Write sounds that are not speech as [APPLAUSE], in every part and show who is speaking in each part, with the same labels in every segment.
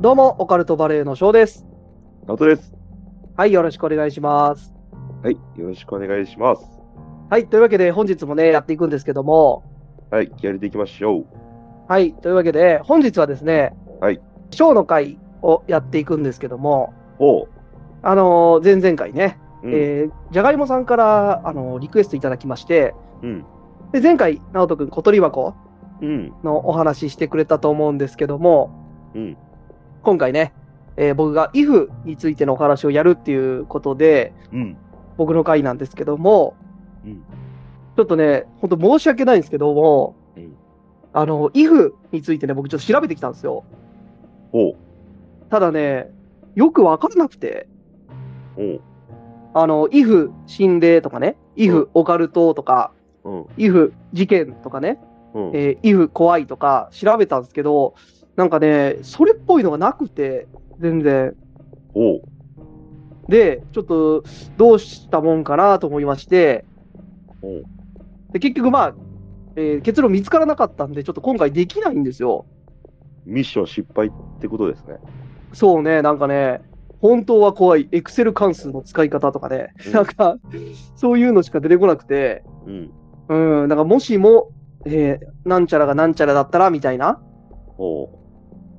Speaker 1: どうも、オカルトバレーの翔です。
Speaker 2: ナオトです。
Speaker 1: はい、よろしくお願いします。
Speaker 2: はい、よろしくお願いします。
Speaker 1: はい、というわけで本日もね、やっていくんですけども、
Speaker 2: はい、気合入れていきましょう。
Speaker 1: はい、というわけで本日はですね、
Speaker 2: はい。
Speaker 1: ショーの会をやっていくんですけども、
Speaker 2: ほ
Speaker 1: あのー前々回ね、
Speaker 2: う。うん。
Speaker 1: えーじゃがいもさんから、あのーリクエストいただきまして、
Speaker 2: うん。
Speaker 1: で前回、直人くん、小鳥箱
Speaker 2: うん。
Speaker 1: のお話ししてくれたと思うんですけども、
Speaker 2: うん。
Speaker 1: 今回ね、えー僕が IF についてのお話をやるっていうことで、
Speaker 2: うん。
Speaker 1: 僕の回なんですけども、
Speaker 2: うん
Speaker 1: ちょっとね、本当申し訳ないんですけども、
Speaker 2: うん
Speaker 1: あの、IF についてね、僕ちょっと調べてきたんですよ。
Speaker 2: ほう。
Speaker 1: ただね、よくわからなくて、
Speaker 2: ほ
Speaker 1: あの、IF 心霊とかね、IF オカルトとか、
Speaker 2: う。
Speaker 1: IF 事件とかね、
Speaker 2: うん。うん。
Speaker 1: えー IF 怖いとか調べたんですけど、なんかね、それっぽいのがなくて、全然。
Speaker 2: ほう。
Speaker 1: で、ちょっとどうしたもんかなと思いまして、
Speaker 2: ほう。
Speaker 1: で結局まあ、えー結論見つからなかったんで、ちょっと今回できないんですよ。
Speaker 2: ミッション失敗ってことですね。
Speaker 1: そうね、なんかね、本当は怖い、エクセル関数の使い方とかね、
Speaker 2: うん
Speaker 1: なんか、そういうのしか出てこなくて、
Speaker 2: うん。
Speaker 1: うん、なんかもしも、えーなんちゃらがなんちゃらだったらみたいな、
Speaker 2: ほ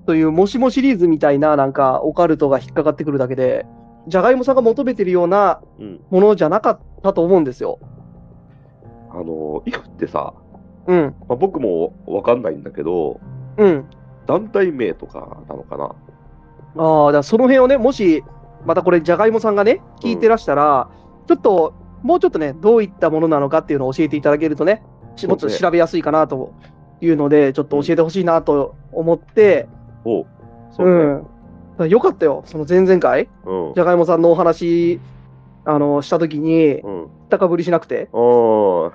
Speaker 1: というもしもシリーズみたいな、なんかオカルトが引っかかってくるだけで、じゃがいもさんが求めてるような
Speaker 2: う。うん。
Speaker 1: ものじゃなかったと思うんですよ。
Speaker 2: あのー、イフってさ、
Speaker 1: うん、
Speaker 2: まあ、僕もわかんないんだけど、
Speaker 1: うん。
Speaker 2: 団体名とかなのかな。
Speaker 1: ああ、だからその辺をね、もし、またこれ、じゃがいもさんがね、聞いてらしたら、ちょっと、もうちょっとね、どういったものなのかっていうのを教えていただけるとね、しもっと調べやすいかなというので、ちょっと教えてほしいなと思って、
Speaker 2: ほう。そううね。
Speaker 1: ん。だからよかったよ、その前々回、
Speaker 2: うん。
Speaker 1: じゃがいもさんのお話、あの、したときに、
Speaker 2: うん。
Speaker 1: 高ぶりしなくて、
Speaker 2: あ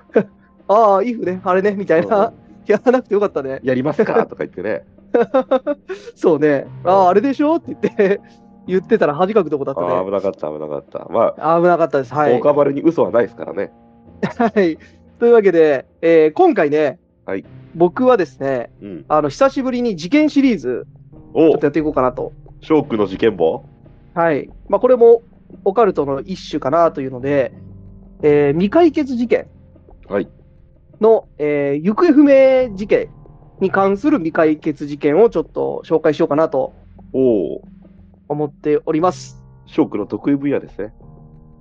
Speaker 2: あ。
Speaker 1: ああ、イフね、あれね、みたいな、やらなくてよかったね。
Speaker 2: やりますかとか言ってね。
Speaker 1: そうね、あ
Speaker 2: う
Speaker 1: あ、
Speaker 2: ん
Speaker 1: あれでしょって言って、言ってたら恥かくとこだった
Speaker 2: [LAUGHS] ああ、
Speaker 1: ね。
Speaker 2: 危なかった、危なかった。まあ、
Speaker 1: 危なかったです。はい。
Speaker 2: 大かばるに嘘はないですからね。
Speaker 1: はい。というわけで、えー今回ね、
Speaker 2: はい
Speaker 1: 僕はですね、
Speaker 2: うん。
Speaker 1: あの、久しぶりに事件シリーズ、ち
Speaker 2: お
Speaker 1: ょ
Speaker 2: う
Speaker 1: っとやっていこうかなと。
Speaker 2: ショックの事件簿
Speaker 1: はい。まあ、これも、オカルトの一種かなというので、えー未解決事件
Speaker 2: はい。
Speaker 1: の、えー行方不明事件に関する未解決事件をちょっと紹介しようかなと
Speaker 2: おお。
Speaker 1: 思っております。
Speaker 2: ショックの得意分野ですね。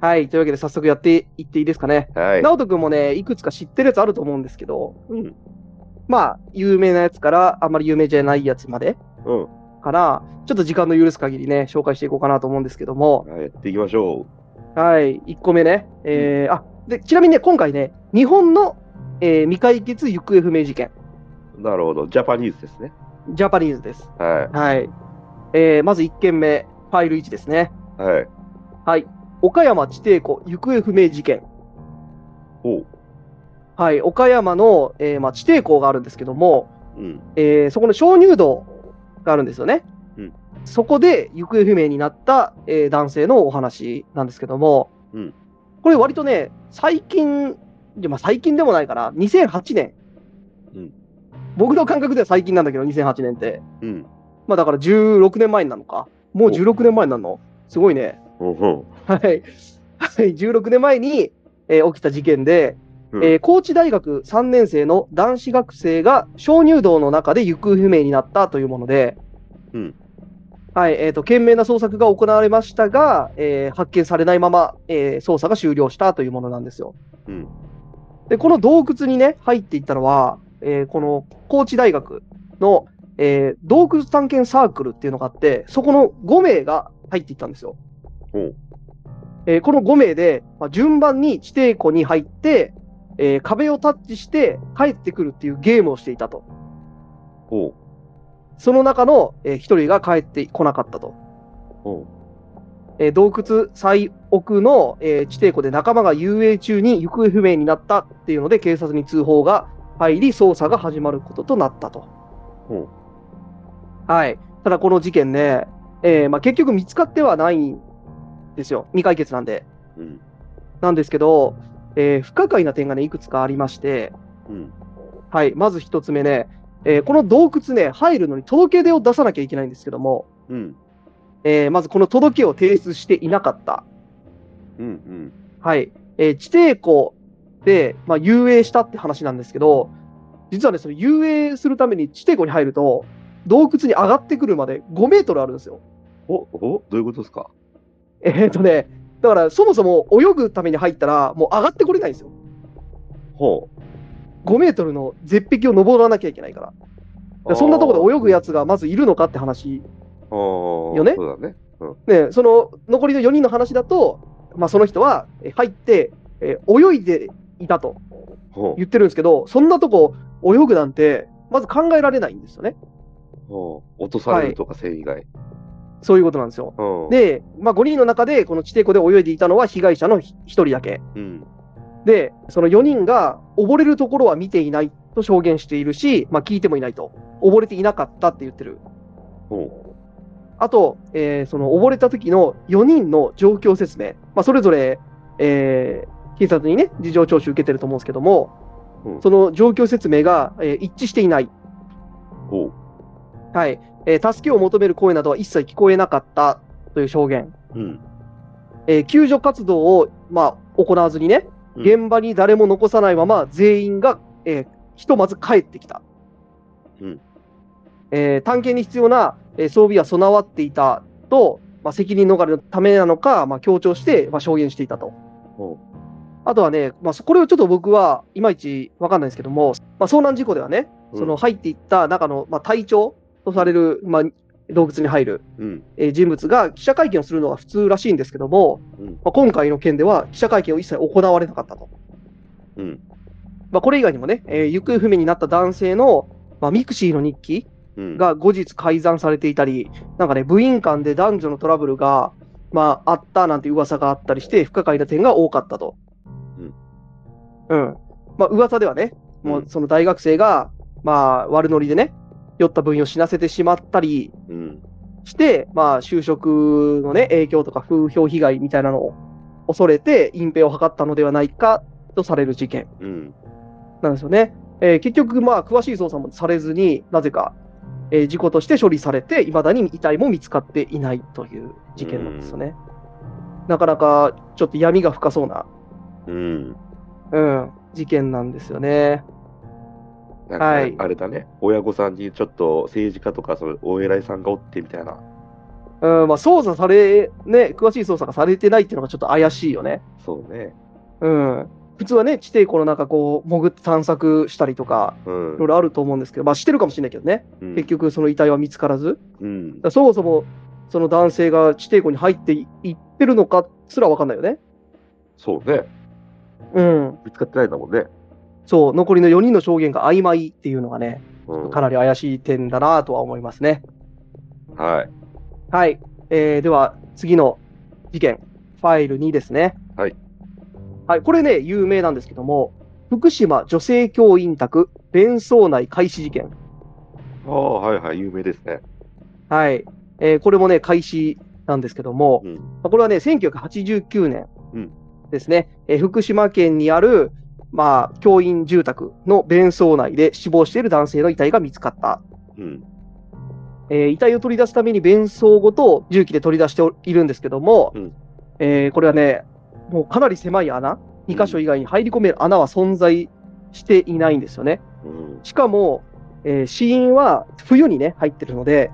Speaker 1: はい。というわけで、早速やっていっていいですかね。
Speaker 2: はい。
Speaker 1: 直人君もね、いくつか知ってるやつあると思うんですけど、
Speaker 2: うん。
Speaker 1: まあ、有名なやつから、あんまり有名じゃないやつまで、
Speaker 2: うん。
Speaker 1: から、ちょっと時間の許す限りね、紹介していこうかなと思うんですけども、
Speaker 2: はいやっていきましょ
Speaker 1: はい、1個目ね、えーあでちなみにね、今回ね、日本の、えー未解決行方不明事件、
Speaker 2: う。なるほど。ジャパニーズですね。
Speaker 1: ジャパニーズです。
Speaker 2: は
Speaker 1: はい。えーまず1件目、ファイル1ですね。
Speaker 2: い。はい。
Speaker 1: はい。岡山地底湖行方不明事件。
Speaker 2: おう。
Speaker 1: はい。岡山の、えーまあ、地底湖があるんですけども、
Speaker 2: うん。
Speaker 1: えーそこの鍾乳洞があるんですよね。
Speaker 2: うん
Speaker 1: そこで行方不明になった、えー男性のお話なんですけども、
Speaker 2: うん
Speaker 1: これ割とね、最近、でまあ、最近でもないかな、2008年、
Speaker 2: うん
Speaker 1: 僕の感覚では最近なんだけど、2008年って、
Speaker 2: うん。
Speaker 1: まあ、だから16年前になるのか、もう16年前になるの、すごいね。
Speaker 2: うんうん。
Speaker 1: はい、はい、16年前に、えー起きた事件で、
Speaker 2: うん
Speaker 1: えー高知大学3年生の男子学生が鍾乳洞の中で行方不明になったというもので、
Speaker 2: うん
Speaker 1: はいえー、と懸命な捜索が行われましたが、えー発見されないまま、えー捜査が終了したというものなんですよ。
Speaker 2: うん
Speaker 1: でこの洞窟に、ね、入っていったのは、えーこの高知大学の、えー洞窟探検サークルっていうのがあって、そこの5名が入っていったんですよ。
Speaker 2: ほう
Speaker 1: えーこの5名で、まあ、順番に地底湖に入って、えー壁をタッチして帰ってくるっていうゲームをしていたと。
Speaker 2: ほ
Speaker 1: その中の、え1人が帰ってこなかったと。
Speaker 2: う。ほ
Speaker 1: えー洞窟最奥の、えー地底湖で仲間が遊泳中に行方不明になったっていうので警察に通報が入り捜査が始まることとなったと。
Speaker 2: ほ
Speaker 1: はい、ただこの事件ね、えーまあ、結局見つかってはないんですよ未解決なんで。
Speaker 2: う。うん。
Speaker 1: なんですけど、えー不可解な点がねいくつかありまして、
Speaker 2: うん。
Speaker 1: はい、まず1つ目ね、えーこの洞窟ね入るのに届け出を出さなきゃいけないんですけども
Speaker 2: うん。
Speaker 1: えーまずこの届けを提出していなかった。
Speaker 2: うん。
Speaker 1: はい。えー地底湖で、まあ、遊泳したって話なんですけど、実はね、その遊泳するために地底湖に入ると、洞窟に上がってくるまで5メートルあるんですよ。
Speaker 2: お、お、どういうことですか
Speaker 1: えーっとね、だからそもそも泳ぐために入ったら、もう上がってこれないんですよ。
Speaker 2: ほう。
Speaker 1: 5メートルの絶壁を登らなきゃいけないから。だからそんなところで泳ぐやつがまずいるのかって話。
Speaker 2: あー
Speaker 1: よね
Speaker 2: そうだね。
Speaker 1: ね、その残りの4人の話だと、まあ、その人はえー入って、えー泳いでいたと
Speaker 2: ほう
Speaker 1: 言ってるんですけど、そんなとこ泳ぐなんて、まず考えられないんですよね。
Speaker 2: ほう。落とされるとか、繊維以外。
Speaker 1: そういうことなんですよ。
Speaker 2: うん、
Speaker 1: で、まあ、5人の中で、この地底湖で泳いでいたのは被害者の1人だけ。
Speaker 2: うん。
Speaker 1: で、その4人が溺れるところは見ていないと証言しているし、まあ、聞いてもいないと。溺れていなかったって言ってる。
Speaker 2: ほ
Speaker 1: あと、えーその溺れた時の4人の状況説明、まあ、それぞれ、えー警察にね、事情聴取受けてると思うんですけども、
Speaker 2: うん
Speaker 1: その状況説明が、えー一致していない、
Speaker 2: う。ほう。
Speaker 1: はいえー助けを求める声などは一切聞こえなかったという証言、
Speaker 2: うん。
Speaker 1: えー救助活動を、まあ、行わずにね、
Speaker 2: うん
Speaker 1: 現場に誰も残さないまま、全員が、えーひとまず帰ってきた。
Speaker 2: うん
Speaker 1: えー探検に必要な、えー装備は備わっていたと、まあ、責任逃れのためなのか、まあ、強調して、まあ、証言していたと
Speaker 2: ほ。
Speaker 1: あとはね、まあ、そこれをちょっと僕はいまいち分かんないですけども、まあ、遭難事故ではね、
Speaker 2: うん
Speaker 1: その入っていった中の、まあ、隊長とされる、まあ、洞窟に入る、
Speaker 2: うん。
Speaker 1: えー人物が記者会見をするのが普通らしいんですけども、
Speaker 2: うん
Speaker 1: まあ、今回の件では記者会見を一切行われなかったと。
Speaker 2: うん
Speaker 1: まあ、これ以外にもね、えー行方不明になった男性の、まあ、ミクシーの日記
Speaker 2: うん。
Speaker 1: が後日改ざんされていたり、なんかね、部員間で男女のトラブルが、まあ、あったなんて噂があったりして、不可解な点が多かったと。うん。まあ、噂ではね、もうその大学生が、まあ、悪ノリでね、酔った部員を死なせてしまったり、
Speaker 2: うん。
Speaker 1: して、まあ、就職のね、影響とか風評被害みたいなのを恐れて隠蔽を図ったのではないかとされる事件
Speaker 2: うん。
Speaker 1: なんですよね。えー結局、まあ、詳しい捜査もされずに、なぜか、えー事故として処理されて、いまだに遺体も見つかっていないという事件なんですよね。なかなか、ちょっと闇が深そうな、
Speaker 2: うん。
Speaker 1: うん、事件なんですよね。
Speaker 2: なん
Speaker 1: は
Speaker 2: か
Speaker 1: い
Speaker 2: ねあれだね、親御さんにちょっと政治家とかそのお偉いさんがおってみたいな、
Speaker 1: うん、まあ、捜査され、ね、詳しい捜査がされてないっていうのがちょっと怪しいよね。
Speaker 2: そうね、
Speaker 1: うん、普通はね、地底湖の中こう潜って探索したりとか、
Speaker 2: うん
Speaker 1: いろいろあると思うんですけど、まあ、してるかもしれないけどね、
Speaker 2: うん
Speaker 1: 結局、その遺体は見つからず、だか
Speaker 2: うん、
Speaker 1: らそもそもその男性が地底湖に入っていってるのかすら分かんないよね。
Speaker 2: そうね、
Speaker 1: うん、
Speaker 2: 見つかってないんだもんね。
Speaker 1: そう、残りの4人の証言が曖昧っていうのがね、
Speaker 2: うん、
Speaker 1: かなり怪しい点だなとは思いますね。
Speaker 2: はい、
Speaker 1: はい、えー、では、次の事件、ファイル2ですね。
Speaker 2: はい、
Speaker 1: はい、これね、有名なんですけども、福島女性教員宅、弁葬内開始事件。
Speaker 2: ああ、はいはい、有名ですね。
Speaker 1: はい。えーこれもね、開始なんですけども、
Speaker 2: うん、
Speaker 1: まあこれはね、1989年
Speaker 2: うん
Speaker 1: ですね、えー福島県にある、まあ、教員住宅の弁葬内で死亡している男性の遺体が見つかった。
Speaker 2: うん、
Speaker 1: えー遺体を取り出すために弁葬ごと重機で取り出しておいるんですけども、
Speaker 2: うん
Speaker 1: えーこれはね、もうかなり狭い穴、2箇所以外に入り込める穴は存在していないんですよね。
Speaker 2: うん、
Speaker 1: しかも、えー死因は冬にね、入ってるので、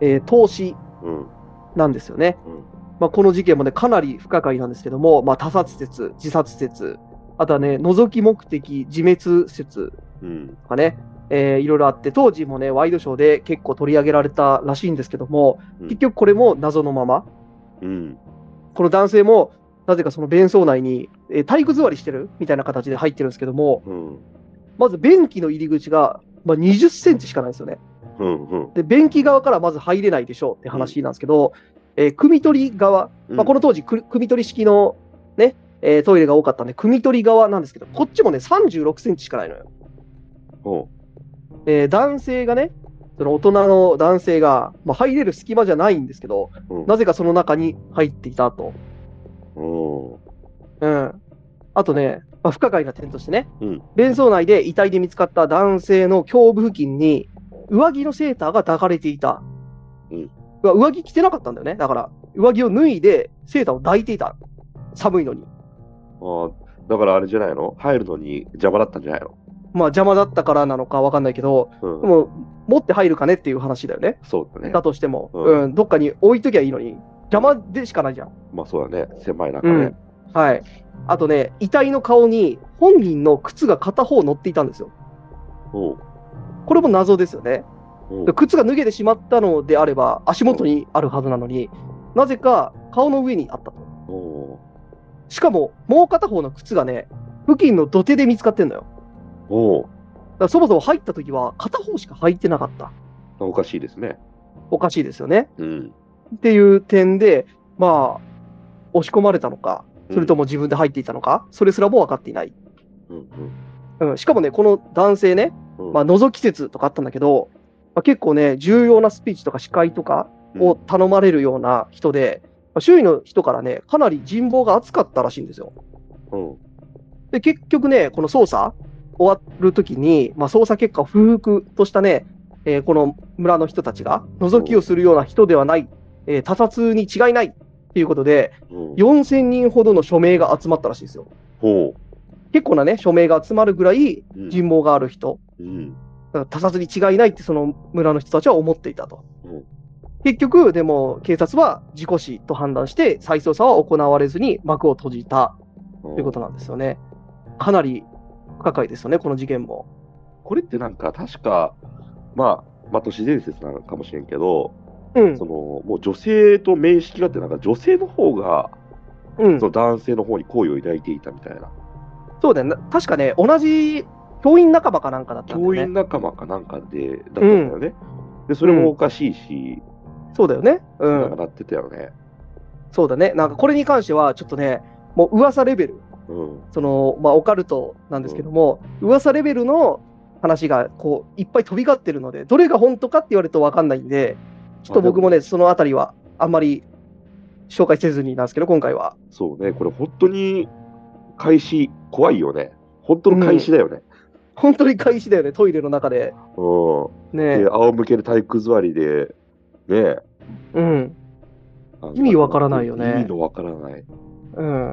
Speaker 1: えー凍死
Speaker 2: うん、
Speaker 1: なんですよね。
Speaker 2: うん
Speaker 1: まあ、この事件もね、かなり不可解なんですけども、まあ、他殺説、自殺説、あとはね、覗き目的、自滅説
Speaker 2: うん、
Speaker 1: とかね、えーいろいろあって、当時もね、ワイドショーで結構取り上げられたらしいんですけども、
Speaker 2: うん
Speaker 1: 結局これも謎のまま、
Speaker 2: うん、
Speaker 1: この男性も、なぜかその便槽内に、えー体育座りしてるみたいな形で入ってるんですけども、
Speaker 2: うん、
Speaker 1: まず便器の入り口が、まあ、20センチしかないんですよね。
Speaker 2: うん、うん、
Speaker 1: で、便器側からまず入れないでしょうって話なんですけど、えー汲み取り側、まあ、この当時、く汲み取り式の、ねえートイレが多かったんで、汲み取り側なんですけど、こっちもね、36センチしかないのよ。
Speaker 2: ほ
Speaker 1: えー男性がね、その大人の男性が、まあ、入れる隙間じゃないんですけど、
Speaker 2: うん
Speaker 1: なぜかその中に入っていたと。
Speaker 2: う、うん、
Speaker 1: うん、あとね、まあ、不可解な点としてね、
Speaker 2: うん
Speaker 1: 弁槽内で遺体で見つかった男性の胸部付近に、上着のセーターが抱かれていた。
Speaker 2: うん
Speaker 1: うわ上着着てなかったんだよね。だから、上着を脱いで、セーターを抱いていた。寒いのに。
Speaker 2: ああだからあれじゃないの入るのに邪魔だったんじゃないの、
Speaker 1: まあ、邪魔だったからなのかわかんないけど、
Speaker 2: うん
Speaker 1: でも、持って入るかねっていう話だよね。
Speaker 2: そうだね
Speaker 1: だ。としても、
Speaker 2: う
Speaker 1: うんん、どっかに置いときゃいいのに、邪魔でしかないじゃん。
Speaker 2: まあそうだね。狭い中
Speaker 1: う
Speaker 2: ね
Speaker 1: ん。はい。あとね、遺体の顔に本人の靴が片方乗っていたんですよ。
Speaker 2: おう
Speaker 1: これも謎ですよね。
Speaker 2: おう
Speaker 1: 靴が脱げてしまったのであれば、足元にあるはずなのに、なぜか顔の上にあったと。
Speaker 2: おう
Speaker 1: しかも、もう片方の靴がね、付近の土手で見つかってんのよ。
Speaker 2: おう
Speaker 1: だからそもそも入った時は、片方しか履いてなかった。
Speaker 2: おかしいですね。
Speaker 1: おかしいですよね。
Speaker 2: うん。
Speaker 1: っていう点で、まあ、押し込まれたのか、それと
Speaker 2: も。
Speaker 1: も自分で入っていたのか、それすらも分かっていない。
Speaker 2: うん
Speaker 1: うん、しかもね、この男性ね、
Speaker 2: うんうん
Speaker 1: まあ、覗き説とかあったんだけど、まあ、結構ね、重要なスピーチとか司会とかを頼まれるような人で、まあ周囲の人からね、かなり人望が厚かったらしいんですよ。
Speaker 2: うん
Speaker 1: で、結局ね、この捜査終わるときに、まあ、捜査結果を不服としたね、えーこの村の人たちが、覗きをするような人ではない、えー他殺に違いないっていうことで、
Speaker 2: うん
Speaker 1: 4000人ほどの署名が集まったらしいですよ。
Speaker 2: ほ。
Speaker 1: 結構なね、署名が集まるぐらいう
Speaker 2: うん
Speaker 1: 人望がある人、
Speaker 2: うん。
Speaker 1: だから他殺に違いないってその村の人たちは思っていたと
Speaker 2: うん。
Speaker 1: 結局、でも警察は事故死と判断して、再捜査は行われずに幕を閉じた
Speaker 2: と
Speaker 1: ということなんですよね。かなり不可解ですよね、この事件も。
Speaker 2: これってなんか確か、まあ、まあ、都市伝説なのかもしれんけど、
Speaker 1: うん
Speaker 2: そのもう女性と面識があって、なんか女性の方が、
Speaker 1: うん
Speaker 2: そ、の男性の方に好意を抱いていたみたいな、
Speaker 1: そうだよね、確かね、同じ教員仲間かなんかだったんだよ
Speaker 2: 教員
Speaker 1: ね。
Speaker 2: 仲間かなんかでだったんだよね。で、それもおかしいし、
Speaker 1: そうだよね、う
Speaker 2: なんか
Speaker 1: ん、
Speaker 2: なってたよね。
Speaker 1: そうだね、なんかこれに関しては、ちょっとね、もう噂レベル、
Speaker 2: うん。
Speaker 1: そのまあ、オカルトなんですけども、噂レベルの話がこういっぱい飛び交ってるので、どれが本当かって言われると分かんないんで、ちょっと僕もね、そのあたりはあんまり紹介せずになんですけど、今回は。
Speaker 2: そうね、これ本当に開始、怖いよね。本当の開始だよね。
Speaker 1: 本当に開始だよね、トイレの中で。
Speaker 2: うん。
Speaker 1: ね
Speaker 2: で、、仰向けで体育座りで、ね
Speaker 1: うん、
Speaker 2: あの
Speaker 1: 意味わからないよね
Speaker 2: 意味のわからない。
Speaker 1: うん。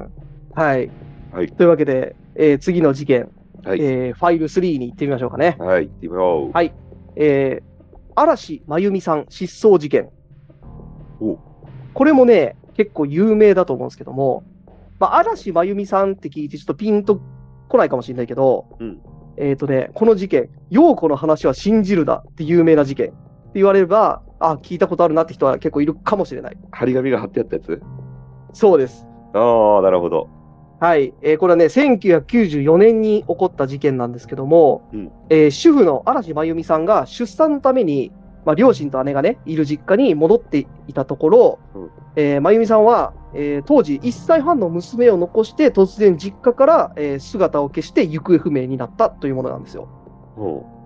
Speaker 1: はい。
Speaker 2: はい
Speaker 1: というわけで、えー次の事件、
Speaker 2: はい。
Speaker 1: えーファイル3に行ってみましょうかね。
Speaker 2: はい、行ってみよう。
Speaker 1: はいえー嵐真由美さん失踪事件
Speaker 2: お。
Speaker 1: これもね、結構有名だと思うんですけども、まあ、嵐真由美さんって聞いて、ちょっとピンとこないかもしれないけど、
Speaker 2: うん
Speaker 1: えっ、とね、この事件、陽子の話は信じるなって有名な事件って言われれば、あ、聞いたことあるなって人は結構いるかもしれない。
Speaker 2: 張り紙が貼ってあったやつ
Speaker 1: そうです。
Speaker 2: ああ、なるほど。
Speaker 1: はい、えーこれはね、1994年に起こった事件なんですけども、
Speaker 2: うん
Speaker 1: えー主婦の嵐真由美さんが出産のために、まあ、両親と姉がね、いる実家に戻っていたところ、
Speaker 2: うん
Speaker 1: えー真由美さんは、えー当時1歳半の娘を残して、突然実家から、えー姿を消して行方不明になったというものなんですよ。
Speaker 2: うん。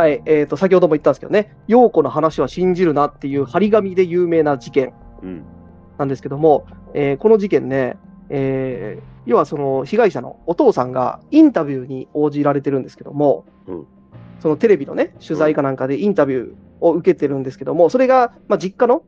Speaker 1: はい、えーと、先ほども言ったんですけどね、陽子の話は信じるなっていう張り紙で有名な事件。
Speaker 2: うん。
Speaker 1: なんですけども、えーこの事件ね、えー要はその被害者のお父さんがインタビューに応じられてるんですけども、
Speaker 2: うん
Speaker 1: そのテレビのね、取材かなんかでインタビューを受けてるんですけども、それが、まあ、実家の,、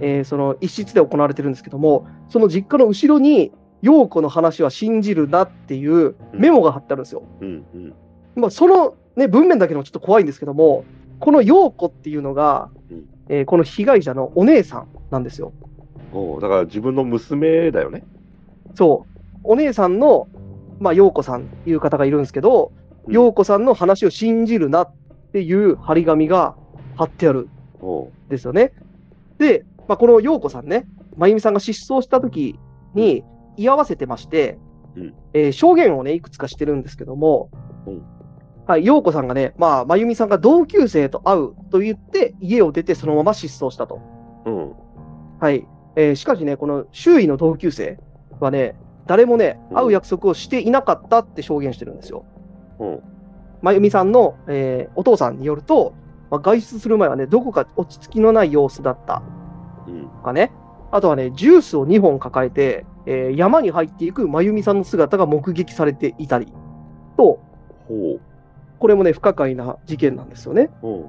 Speaker 1: えーその一室で行われてるんですけども、その実家の後ろに、陽子の話は信じるなっていうメモが貼ってあるんですよ。
Speaker 2: うん。うん。
Speaker 1: まあ、その、ね、文面だけでもちょっと怖いんですけども、この陽子っていうのが、
Speaker 2: うん
Speaker 1: えーこの被害者のお姉さんなんですよ。
Speaker 2: おうだから自分の娘だよね。
Speaker 1: そう、お姉さんの、まあ、陽子さんっていう方がいるんですけど、
Speaker 2: うん
Speaker 1: 陽子さんの話を信じるなっていう張り紙が貼ってある
Speaker 2: おう。
Speaker 1: んですよね。で、まあ、この陽子さんね、真由美さんが失踪した時に居合わせてまして、
Speaker 2: うん
Speaker 1: えー証言をね、いくつかしてるんですけども、
Speaker 2: うん
Speaker 1: はい、陽子さんがね、まあ、真由美さんが同級生と会うと言って、家を出てそのまま失踪したと。
Speaker 2: うん。
Speaker 1: はい。えーしかしね、この周囲の同級生はね、誰もね、
Speaker 2: うん
Speaker 1: 会う約束をしていなかったって証言してるんですよ。
Speaker 2: うん。
Speaker 1: 真由美さんの、えーお父さんによると、まあ、外出する前はね、どこか落ち着きのない様子だった
Speaker 2: う
Speaker 1: と
Speaker 2: ん。
Speaker 1: かね、あとはね、ジュースを2本抱えて、えー山に入っていく真由美さんの姿が目撃されていたりと、
Speaker 2: ほう。
Speaker 1: これもね、不可解な事件なんですよね。
Speaker 2: ほ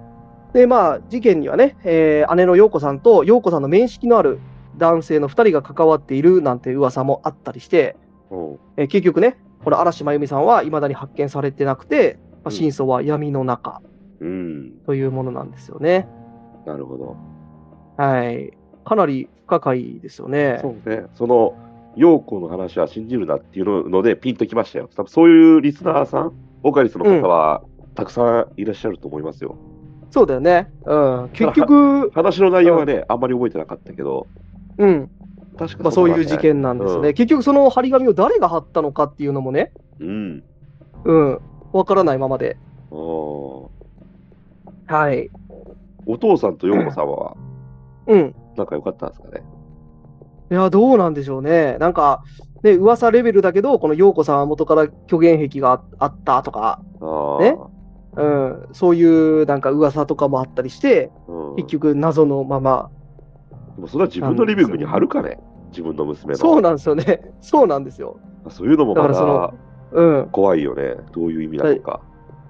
Speaker 1: で、まあ、事件にはね、えー姉の陽子さんと陽子さんの面識のある男性の2人が関わっているなんて噂もあったりして、
Speaker 2: うん
Speaker 1: えー結局ね、この嵐真由美さんはいまだに発見されてなくて、まあ、真相は闇の中
Speaker 2: うん、
Speaker 1: というものなんですよね。
Speaker 2: なるほど。
Speaker 1: はい。かなり不可解ですよね。
Speaker 2: そうね、その陽子の話は信じるなっていうのでピンときましたよ。多分そういうリスナーさん、オカリスの方はたくさんいらっしゃると思いますよ。
Speaker 1: そうだよね。うん。結局、
Speaker 2: [LAUGHS] 話の内容はね、あんまり覚えてなかったけど、
Speaker 1: うん。
Speaker 2: 確か
Speaker 1: まあ、そういう事件なんですね。
Speaker 2: う
Speaker 1: 結局、その張り紙を誰が貼ったのかっていうのもね、
Speaker 2: うん。
Speaker 1: うん。わからないままで。
Speaker 2: あーお
Speaker 1: はい。
Speaker 2: 父さんと陽子様は
Speaker 1: うん。
Speaker 2: 仲良かったんですかね。
Speaker 1: いや、どうなんでしょうね。なんか、ね、噂レベルだけど、この陽子さんは元から虚言癖がああったとか、
Speaker 2: あー
Speaker 1: ねうん、そういうなんか噂とかもあったりして、
Speaker 2: うん、
Speaker 1: 結局謎のまま。
Speaker 2: でもそれは自分のリビングに貼るかね、自分の娘の。
Speaker 1: そうなんですよね。 [LAUGHS] そうなんですよ。
Speaker 2: そういうのもま
Speaker 1: だから
Speaker 2: だ
Speaker 1: うん。
Speaker 2: 怖いよね。どういう意味なのか。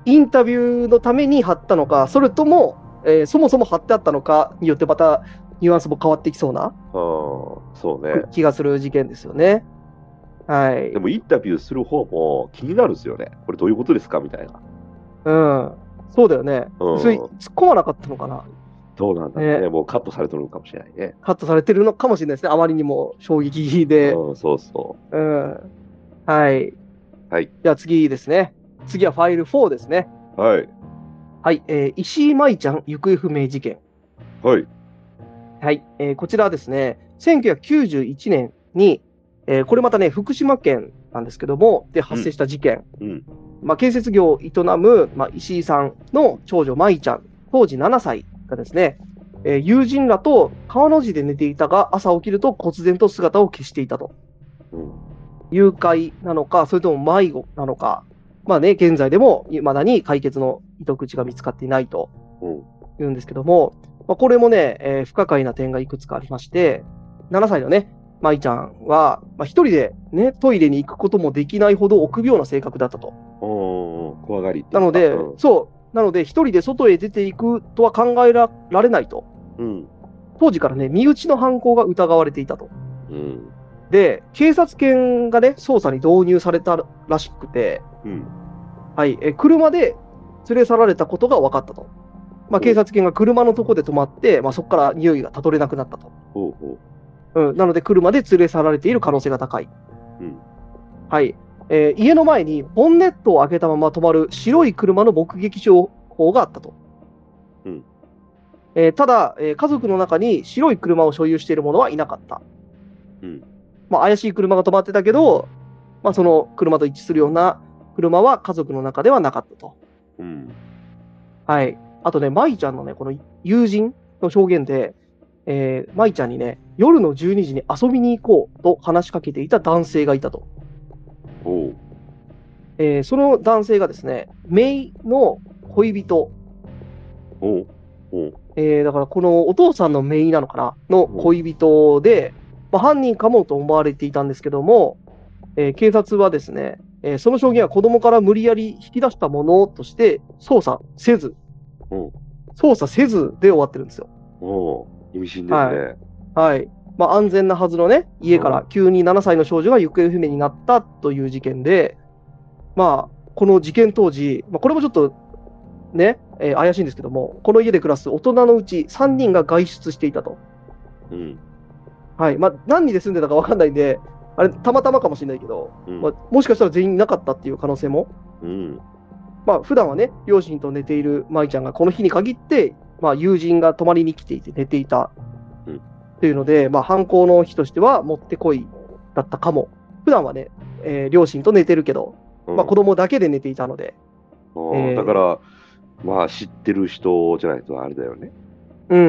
Speaker 1: インタビューのために貼ったのか、それとも、えーそもそも貼ってあったのかによってまたニュアンスも変わってきそうな
Speaker 2: あーそうね。
Speaker 1: 気がする事件ですよね。はい
Speaker 2: で。もインタビューする方も気になるんですよね。これどういうことですかみたいな。
Speaker 1: うん。そうだよね。
Speaker 2: うん
Speaker 1: それ突っ込まなかったのかな。
Speaker 2: どうなんだろうね。
Speaker 1: ね
Speaker 2: もうカットされてるのかもしれないね。
Speaker 1: カットされてるのかもしれないですね。あまりにも衝撃で。
Speaker 2: うん、そうそ
Speaker 1: うん。はい。
Speaker 2: はい。
Speaker 1: じゃあ次ですね。次はファイル4ですね。
Speaker 2: う。はい。
Speaker 1: はい、えー石井舞ちゃん行方不明事件。
Speaker 2: はい。
Speaker 1: はい、えーこちらはですね、1991年に、えーこれまたね、福島県なんですけども、で発生した事件。
Speaker 2: うん。
Speaker 1: まあ、建設業を営む、まあ、石井さんの長女舞ちゃん、当時7歳がですね、えー友人らと川の字で寝ていたが、朝起きると忽然と姿を消していたと。
Speaker 2: うん。
Speaker 1: 誘拐なのか、それとも迷子なのか、まあね、現在でも未だに解決の糸口が見つかっていないと
Speaker 2: うん
Speaker 1: 言うんですけども、まあ、これもね、えー不可解な点がいくつかありまして、7歳のね、舞ちゃんは、まあ、一人で、ね、トイレに行くこともできないほど臆病な性格だったと。
Speaker 2: うん怖がりっていうか。
Speaker 1: なので、
Speaker 2: うん
Speaker 1: そう、なので、一人で外へ出ていくとは考えらられないと。
Speaker 2: うん。
Speaker 1: 当時からね、身内の犯行が疑われていたと。
Speaker 2: うん。
Speaker 1: で、警察犬がね、捜査に導入されたらしくて、
Speaker 2: うん。
Speaker 1: はい、えー車で連れ去られたことが分かったと。まあ、警察犬が車のとこで止まって、まあ、そこから匂いがたどれなくなったと。
Speaker 2: ほうほ
Speaker 1: うん、なので、車で連れ去られている可能性が高い。
Speaker 2: うん
Speaker 1: はいえー家の前にボンネットを開けたまま止まる白い車の目撃情報があったと。
Speaker 2: うん
Speaker 1: えーただ、えー家族の中に白い車を所有している者はいなかった。
Speaker 2: うん
Speaker 1: まあ、怪しい車が止まってたけど、まあ、その車と一致するような車は家族の中ではなかったと。
Speaker 2: う。うん。
Speaker 1: はい。あとね、舞ちゃんのね、この友人の証言で、えー、舞ちゃんにね、夜の12時に遊びに行こうと話しかけていた男性がいたと。
Speaker 2: ほう。
Speaker 1: えーその男性がですね、メイの恋人、
Speaker 2: ほう。ほう。
Speaker 1: えーだからこのお父さんのメイなのかなの恋人で、まあ、犯人かもと思われていたんですけども、えー警察はですね、えーその証言は子供から無理やり引き出したものとして捜査せず
Speaker 2: うん、
Speaker 1: 捜査せずで終わってるんですよ。
Speaker 2: ほう。意味深ですね。
Speaker 1: はい。まあ、安全なはずのね、家か
Speaker 2: う
Speaker 1: ら急に7歳の少女が行方不明になったという事件で、まあ、この事件当時、まあ、これもちょっとね、えー怪しいんですけども、この家で暮らす大人のうち3人が外出していたと。
Speaker 2: うん。
Speaker 1: はい。まあ、何人で住んでたか分かんないんで、あれ、たまたまかもしれないけど、
Speaker 2: うん。
Speaker 1: まあ、もしかしたら全員いなかったっていう可能性も、
Speaker 2: うん。
Speaker 1: まあ、普段はね、両親と寝ている舞ちゃんが、この日に限って、まあ、友人が泊まりに来ていて寝ていた
Speaker 2: うん
Speaker 1: というので、まあ、犯行の日としては、もってこいだったかも。普段はね、えー両親と寝てるけど、
Speaker 2: うん
Speaker 1: まあ、子供だけで寝ていたので、
Speaker 2: あー
Speaker 1: えー
Speaker 2: だから、まあ知ってる人じゃないとあれだよね。
Speaker 1: うん、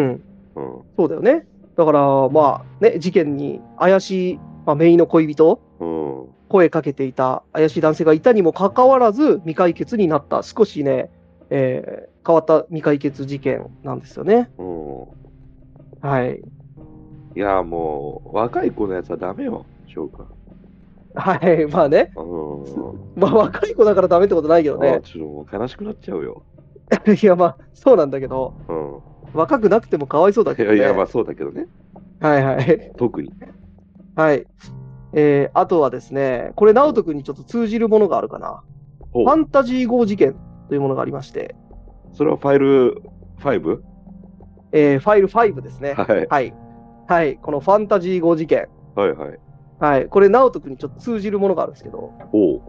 Speaker 2: うん。
Speaker 1: そうだよね。だから、まあ、ね、事件に怪しい、まあ、メイの恋人、
Speaker 2: うん。
Speaker 1: 声かけていた怪しい男性がいたにもかかわらず、未解決になった、少しね、えー変わった未解決事件なんですよね。
Speaker 2: うん。
Speaker 1: はい。
Speaker 2: いや、もう、若い子のやつはダメよ、翔くん。
Speaker 1: はい、まあね。
Speaker 2: うん。
Speaker 1: まあ、若い子だからダメってことないけど
Speaker 2: あー
Speaker 1: ね。
Speaker 2: ちょっともう悲しくなっちゃうよ。
Speaker 1: [LAUGHS] いや、まあ、そうなんだけど、
Speaker 2: うん。
Speaker 1: 若くなくてもかわいそうだ
Speaker 2: い
Speaker 1: けど、
Speaker 2: や
Speaker 1: ね。
Speaker 2: いや、まあそうだけどね。
Speaker 1: はいはい。 [LAUGHS]
Speaker 2: 特に。
Speaker 1: はい。えー、あとはですね、これ、直人君にちょっと通じるものがあるかな。
Speaker 2: ほ
Speaker 1: ファ
Speaker 2: う。
Speaker 1: ンタジー号事件というものがありまして、
Speaker 2: それはファイル 5?
Speaker 1: えー、ファイル5ですね。
Speaker 2: はい。
Speaker 1: はい。はい。このファンタジー号事件。
Speaker 2: はいはい。
Speaker 1: はい。これ、直人君にちょっと通じるものがあるんですけど、
Speaker 2: おう。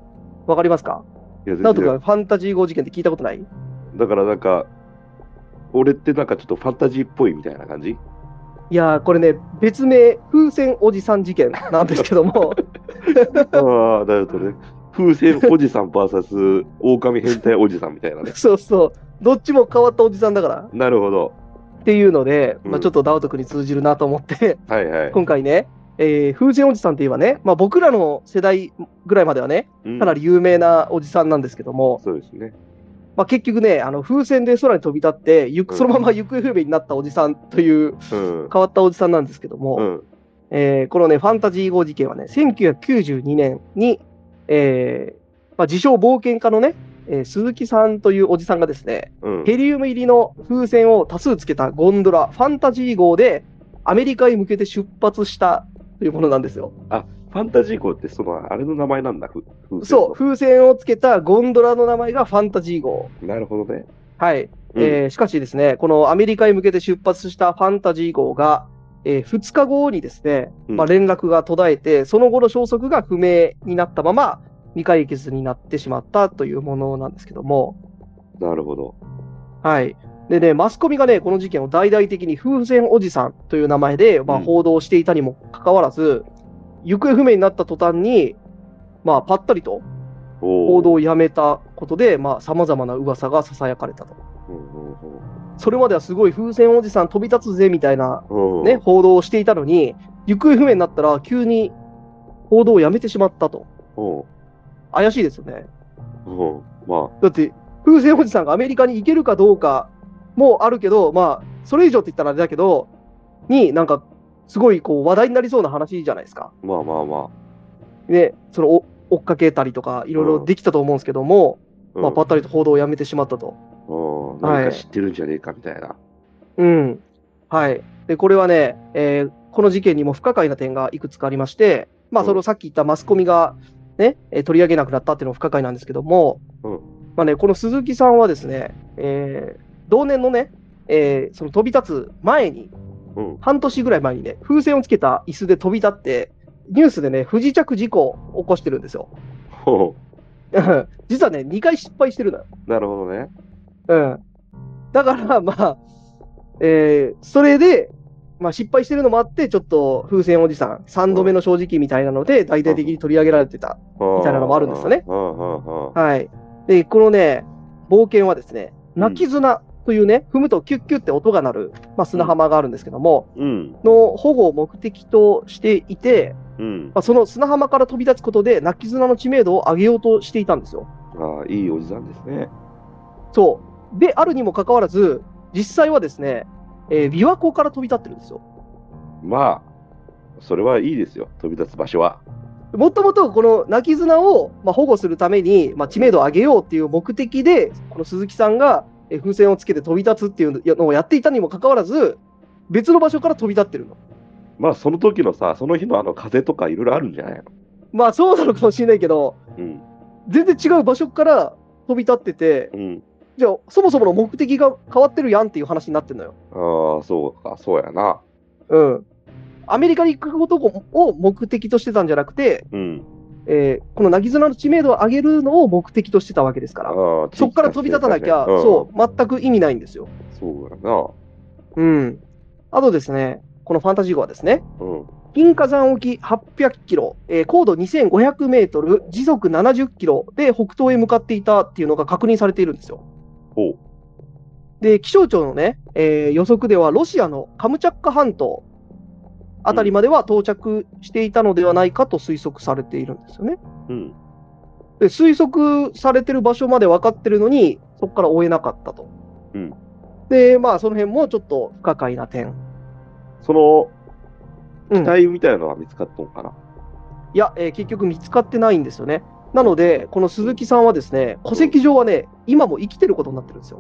Speaker 1: わかりますか
Speaker 2: いや、全
Speaker 1: 直人君
Speaker 2: 然。
Speaker 1: はファンタジー号事件って聞いたことない
Speaker 2: だからなんか、俺ってなんかちょっとファンタジーっぽいみたいな
Speaker 1: [LAUGHS]
Speaker 2: 感じ
Speaker 1: いやー、これね、別名、風船おじさん事件なんですけども、
Speaker 2: ああ、なるほどね。風船おじさん VS 狼変態おじさんみたいなね。
Speaker 1: [LAUGHS] そうそう、どっちも変わったおじさんだから
Speaker 2: なるほど。
Speaker 1: っていうので、
Speaker 2: うん
Speaker 1: まあ、ちょっと直人君に通じるなと思って、 [LAUGHS]
Speaker 2: はいはい。
Speaker 1: 今回ね、えー風船おじさんといえばね、まあ、僕らの世代ぐらいまではね、
Speaker 2: うん
Speaker 1: かなり有名なおじさんなんですけども、
Speaker 2: そうですね。
Speaker 1: まあ、結局ね、あの風船で空に飛び立って、ゆくそのまま行方不明になったおじさんという
Speaker 2: うん。
Speaker 1: 変わったおじさんなんですけども、
Speaker 2: うん。
Speaker 1: えーこのね、ファンタジー号事件はね、1992年に、えーまあ、自称冒険家のね、えー鈴木さんというおじさんがですね、
Speaker 2: うん。
Speaker 1: ヘリウム入りの風船を多数つけたゴンドラ、ファンタジー号でアメリカへ向けて出発したというものなんですよ。
Speaker 2: あ、ファンタジー号ってその、あれの名前なんだ。ふ風船
Speaker 1: そう、風船をつけたゴンドラの名前がファンタジー号。
Speaker 2: う。なるほどね。
Speaker 1: はい。
Speaker 2: うん
Speaker 1: えーしかしですね、このアメリカへ向けて出発したファンタジー号が、え2日後にですね、
Speaker 2: うん
Speaker 1: まあ、連絡が途絶えて、その後の消息が不明になったまま、未解決になってしまったというものなんですけども、
Speaker 2: なるほど。
Speaker 1: はい。でね、マスコミがね、この事件を大々的に風船おじさんという名前で、まあ、
Speaker 2: うん
Speaker 1: 報道していたにもかかわらず、行方不明になった途端に、まあ、ぱったりと
Speaker 2: お
Speaker 1: 報
Speaker 2: お。
Speaker 1: 道をやめたことで、まあ、様々な噂が囁かれたと。
Speaker 2: うんうん
Speaker 1: それまではすごい風船おじさん飛び立つぜみたいな、
Speaker 2: うん。うん
Speaker 1: ね、。報道をしていたのに、行方不明になったら急に報道をやめてしまったと。
Speaker 2: うん。
Speaker 1: 怪しいですよね。
Speaker 2: うん。ま
Speaker 1: だって、風船おじさんがアメリカに行けるかどうかもあるけど、まあ、それ以上って言ったらあれだけど、になんか、すごいこう話題になりそうな話じゃないですか。
Speaker 2: あ、まあまあま
Speaker 1: ね、そのお追っかけたりとか、いろいろできたと思うんですけども、
Speaker 2: あ。
Speaker 1: まあ、ぱったりと報道をやめてしまったと。
Speaker 2: うん。
Speaker 1: はい
Speaker 2: なんか知ってるんじゃねえかみたいな。
Speaker 1: うん。はい。で、これはね、えーこの事件にも不可解な点がいくつかありまして、まあ、
Speaker 2: うん
Speaker 1: それをさっき言ったマスコミが、ね、えー取り上げなくなったっていうのも不可解なんですけども、
Speaker 2: うん
Speaker 1: まあね、この鈴木さんはですね、えー同年のね、えーその飛び立つ前に、
Speaker 2: うん。
Speaker 1: 半年ぐらい前にね、風船をつけた椅子で飛び立って、ニュースでね、不時着事故を起こしてるんですよ。 [LAUGHS]
Speaker 2: ほ
Speaker 1: 実はね、2回失敗してるのよ
Speaker 2: う。なるほどね。
Speaker 1: うん。だから、まあ、えーそれで、まあ、失敗してるのもあって、ちょっと風船おじさん、3度目の正直みたいなので、大々的に取り上げられてた。
Speaker 2: み
Speaker 1: たいなのもあるんですよね。
Speaker 2: うんうんうん。
Speaker 1: はい。で、このね、冒険はですね、泣き綱というね、踏むとキュッキュって音が鳴る、まあ、砂浜があるんですけども、
Speaker 2: うん。
Speaker 1: の保護を目的としていて、
Speaker 2: うん。
Speaker 1: まあ、その砂浜から飛び立つことで、泣き綱の知名度を上げようとしていたんですよ。
Speaker 2: ああ、いいおじさんですね。
Speaker 1: そう。で、あるにもかかわらず、実際はですね、えー琵琶湖から飛び立ってるんですよ。
Speaker 2: まあ、それはいいですよ。飛び立つ場所は。
Speaker 1: もともとこの泣き綱をまあ保護するために、まあ、知名度を上げようっていう目的で、この鈴木さんがえー風船をつけて飛び立つっていうのをやっていたにもかかわらず、別の場所から飛び立ってるの。
Speaker 2: まあ、その時のさ、その日のあの風とかいろいろあるんじゃないの
Speaker 1: まあそうなのかもしれないけど、
Speaker 2: うん。
Speaker 1: 全然違う場所から飛び立ってて、
Speaker 2: うん。
Speaker 1: じゃあそもそもの目的が変わってるやんっていう話になってるのよ。
Speaker 2: ああ、そうか、そうやな。
Speaker 1: うん。アメリカに行くことを目的としてたんじゃなくて、
Speaker 2: うん。
Speaker 1: えーこのなぎずなの知名度を上げるのを目的としてたわけですか
Speaker 2: あ
Speaker 1: ら、
Speaker 2: あ
Speaker 1: そこから飛び立たなきゃ、そう、全く意味ないんですよ。
Speaker 2: うん。そうやな。
Speaker 1: うん。あとですね、このファンタジー号はですね、
Speaker 2: うん。
Speaker 1: 金火山沖800キロ、えー高度2500メートル、時速70キロで北東へ向かっていたっていうのが確認されているんですよ。
Speaker 2: ほう。
Speaker 1: で、気象庁のね、えー予測では、ロシアのカムチャッカ半島あたりまでは到着していたのではないかと推測されているんですよね。
Speaker 2: うん。
Speaker 1: で推測されてる場所まで分かってるのに、そこから追えなかったと。
Speaker 2: うん
Speaker 1: で、まあ、その辺もちょっと不可解な点。
Speaker 2: その、
Speaker 1: うん
Speaker 2: 機体みたいなのは見つかったのかな、
Speaker 1: いや、えー結局見つかってないんですよね。なので、この鈴木さんはですね、戸籍上はね、今も生きてることになってるんですよ。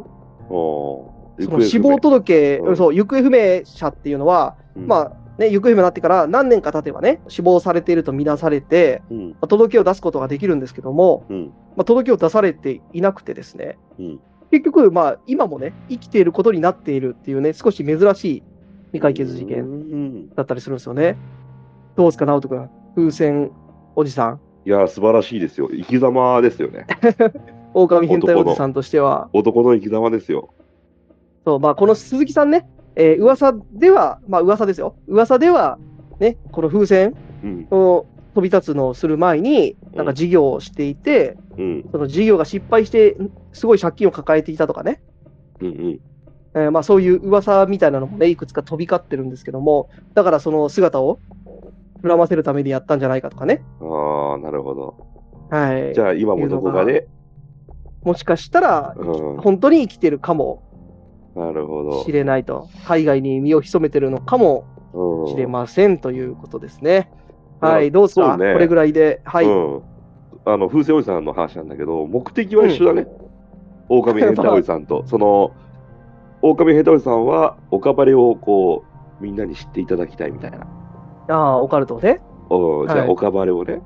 Speaker 2: お
Speaker 1: その死亡届、
Speaker 2: うん
Speaker 1: そう行方不明者っていうのは、
Speaker 2: あ、
Speaker 1: まあね、行方不明になってから何年か経てばね、死亡されているとみなされて、
Speaker 2: うん
Speaker 1: まあ届けを出すことができるんですけども、
Speaker 2: うん
Speaker 1: まあ、届けを出されていなくてですね、
Speaker 2: うん
Speaker 1: 結局、まあ、今もね、生きていることになっているっていうね、少し珍しい未解決事
Speaker 2: う
Speaker 1: 件
Speaker 2: ん
Speaker 1: だったりするんですよね。どうですか、直人君、風船おじさん、
Speaker 2: いや、素晴らしいですよ。生き様ですよね。
Speaker 1: 狼変態おじさんとしては、
Speaker 2: 男の生き様ですよ。
Speaker 1: そうまあ、この鈴木さんね、えー噂では、まあ噂ですよ、噂では、ね、この風船
Speaker 2: うん。
Speaker 1: を飛び立つのをする前に、なんか事業をしていて、
Speaker 2: うん。
Speaker 1: その事業が失敗して、すごい借金を抱えていたとかね、
Speaker 2: うん。うん。
Speaker 1: えーまあ、そういう噂みたいなのもね、いくつか飛び交ってるんですけども、だからその姿を膨らませるためにやったんじゃないかとかね、
Speaker 2: ああ、なるほど。
Speaker 1: はい
Speaker 2: じ、ゃあ、今もどこかで。
Speaker 1: もしかしたら、
Speaker 2: うん。
Speaker 1: 本当に生きてるかも
Speaker 2: なるほど
Speaker 1: し。れないと、海外に身を潜めてるのかも
Speaker 2: うん
Speaker 1: しれませんということですね。はい、
Speaker 2: あ
Speaker 1: どうです
Speaker 2: そ
Speaker 1: か、
Speaker 2: うね
Speaker 1: これぐらいで、はい、
Speaker 2: うん、あの風船おじさんの話なんだけど、目的は一緒だね。狼ヘンタおじさんと。
Speaker 1: [LAUGHS]
Speaker 2: その、狼ヘンタおじさんは、オカバレをこう、みんなに知っていただきたいみたいな。
Speaker 1: ああ、オカルトね。
Speaker 2: うん、じゃ
Speaker 1: は
Speaker 2: あ、
Speaker 1: い
Speaker 2: オカバレをね。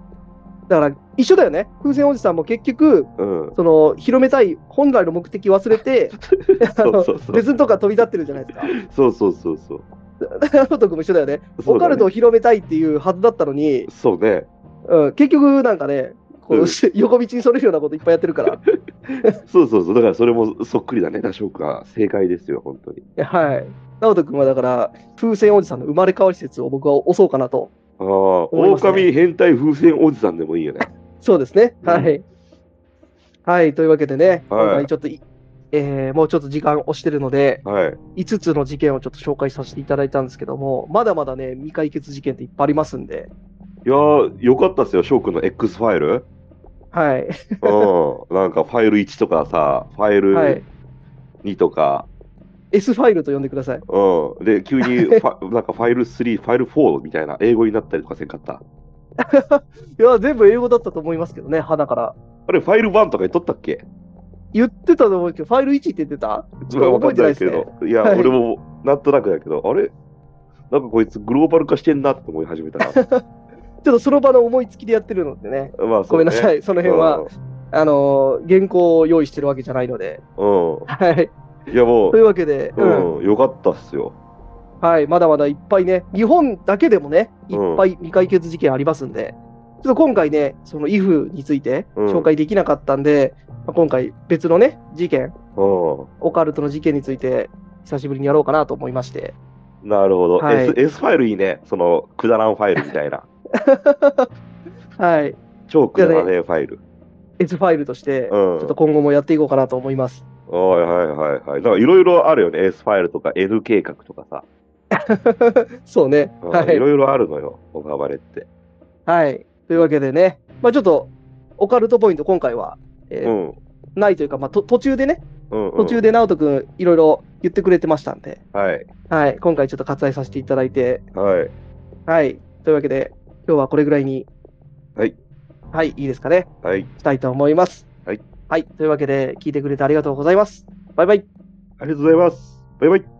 Speaker 1: だから一緒だよね、風船おじさんも結局、 [LAUGHS]
Speaker 2: うん。
Speaker 1: その広めたい本来の目的忘れて、 [LAUGHS] あ
Speaker 2: [LAUGHS] そう
Speaker 1: の
Speaker 2: そうそう。
Speaker 1: 別のとこから飛び立ってるじゃないですか。
Speaker 2: そうそうそうそう。 [LAUGHS]
Speaker 1: ナオト君も一緒だよね。
Speaker 2: そうだね
Speaker 1: オカルトを広めたいっていうはずだったのに、
Speaker 2: そうね。
Speaker 1: うん、結局なんかね、こう
Speaker 2: うん
Speaker 1: [LAUGHS] 横道にそれるようなこといっぱいやってる
Speaker 2: [LAUGHS]
Speaker 1: から。
Speaker 2: そうそうそう。だから、それもそっくりだね。ダショウか。正解ですよ、本当に。
Speaker 1: はい。直人君はだから、風船おじさんの生まれ変わり説を僕は押そうかなと。
Speaker 2: ああ、
Speaker 1: 思いますね
Speaker 2: 狼変態風船おじさんでもいいよね。
Speaker 1: そうですね。
Speaker 2: うん
Speaker 1: はい。はい、というわけでね、
Speaker 2: は
Speaker 1: 今
Speaker 2: い
Speaker 1: 回ちょっとい、えーもうちょっと時間押してるので、
Speaker 2: はい。
Speaker 1: 5つの事件をちょっと紹介させていただいたんですけども、まだまだね、未解決事件っていっぱいありますんで、
Speaker 2: いやー、よかったですよ、翔くんの X ファイル。
Speaker 1: はい。
Speaker 2: うん。なんか、ファイル1とかさ、ファイ
Speaker 1: は
Speaker 2: ル
Speaker 1: い、
Speaker 2: 2とか、
Speaker 1: S ファイルと呼んでください。
Speaker 2: うん、で、急にフ
Speaker 1: [LAUGHS]
Speaker 2: ァなんかファイル3、ファイル4みたいな英語になったりとかせんかった。
Speaker 1: いや、全部英語だったと思いますけどね、鼻から。
Speaker 2: あれ、ファイル1とか言っとったっけ
Speaker 1: 言ってたと思うけど、ファイル1って言ってたょっと覚えてないっすね
Speaker 2: わかんないけど。いや、
Speaker 1: はい
Speaker 2: 俺もなんとなくだけど、あれなんかこいつグローバル化してんなって思い始
Speaker 1: [LAUGHS]
Speaker 2: めたら。
Speaker 1: ちょっとその場の思いつきでやってるのでね、
Speaker 2: まあ、
Speaker 1: ごめんなさ
Speaker 2: い。
Speaker 1: い、その
Speaker 2: そ
Speaker 1: 辺は、あのー、原稿を用意してるわけじゃないので、
Speaker 2: う
Speaker 1: はい。
Speaker 2: ん。いや、も、
Speaker 1: といううわけで、うん
Speaker 2: うん、よかったっすよ。
Speaker 1: はい、まだまだいっぱいね、日本だけでもね、い
Speaker 2: うん
Speaker 1: っぱい未解決事件ありますんで、ちょっと今回ね、その IF について
Speaker 2: うん
Speaker 1: 紹介できなかったんで、まあ今回、別のね、事件、
Speaker 2: う
Speaker 1: オカルトの事件について、久しぶりにやろうかなと思いまして、
Speaker 2: ん。なるほど、
Speaker 1: はい
Speaker 2: S。S ファイルいいね。その、くだらんファイルみたいな。
Speaker 1: はい、
Speaker 2: 超くだらねえファイル。
Speaker 1: S ファイルとして、
Speaker 2: う
Speaker 1: ち
Speaker 2: ん。
Speaker 1: ょっと今後もやっていこうかなと思います。
Speaker 2: はいはいはいはい。なんかいろいろあるよね。S ファイルとか N 計画とかさ。
Speaker 1: そうね、
Speaker 2: うん
Speaker 1: はい
Speaker 2: いろいろあるのよ、オカバレって。
Speaker 1: はい。というわけでね、まあ、ちょっとオカルトポイント、今回は、え
Speaker 2: う
Speaker 1: ー
Speaker 2: ん。
Speaker 1: ないというか、まあ、と途中でね、
Speaker 2: うん、
Speaker 1: 途中で直人君、いろいろ言ってくれてましたんで、
Speaker 2: はい。
Speaker 1: はい、今回ちょっと割愛させていただいて、
Speaker 2: はい。
Speaker 1: はい。というわけで、今日はこれぐらいに、
Speaker 2: はい。
Speaker 1: はい、いいですかね、
Speaker 2: はい。
Speaker 1: したいと思います。
Speaker 2: はい。
Speaker 1: はい。というわけで、聞いてくれてありがとうございます。バイバイ。
Speaker 2: ありがとうございます。バイバイ。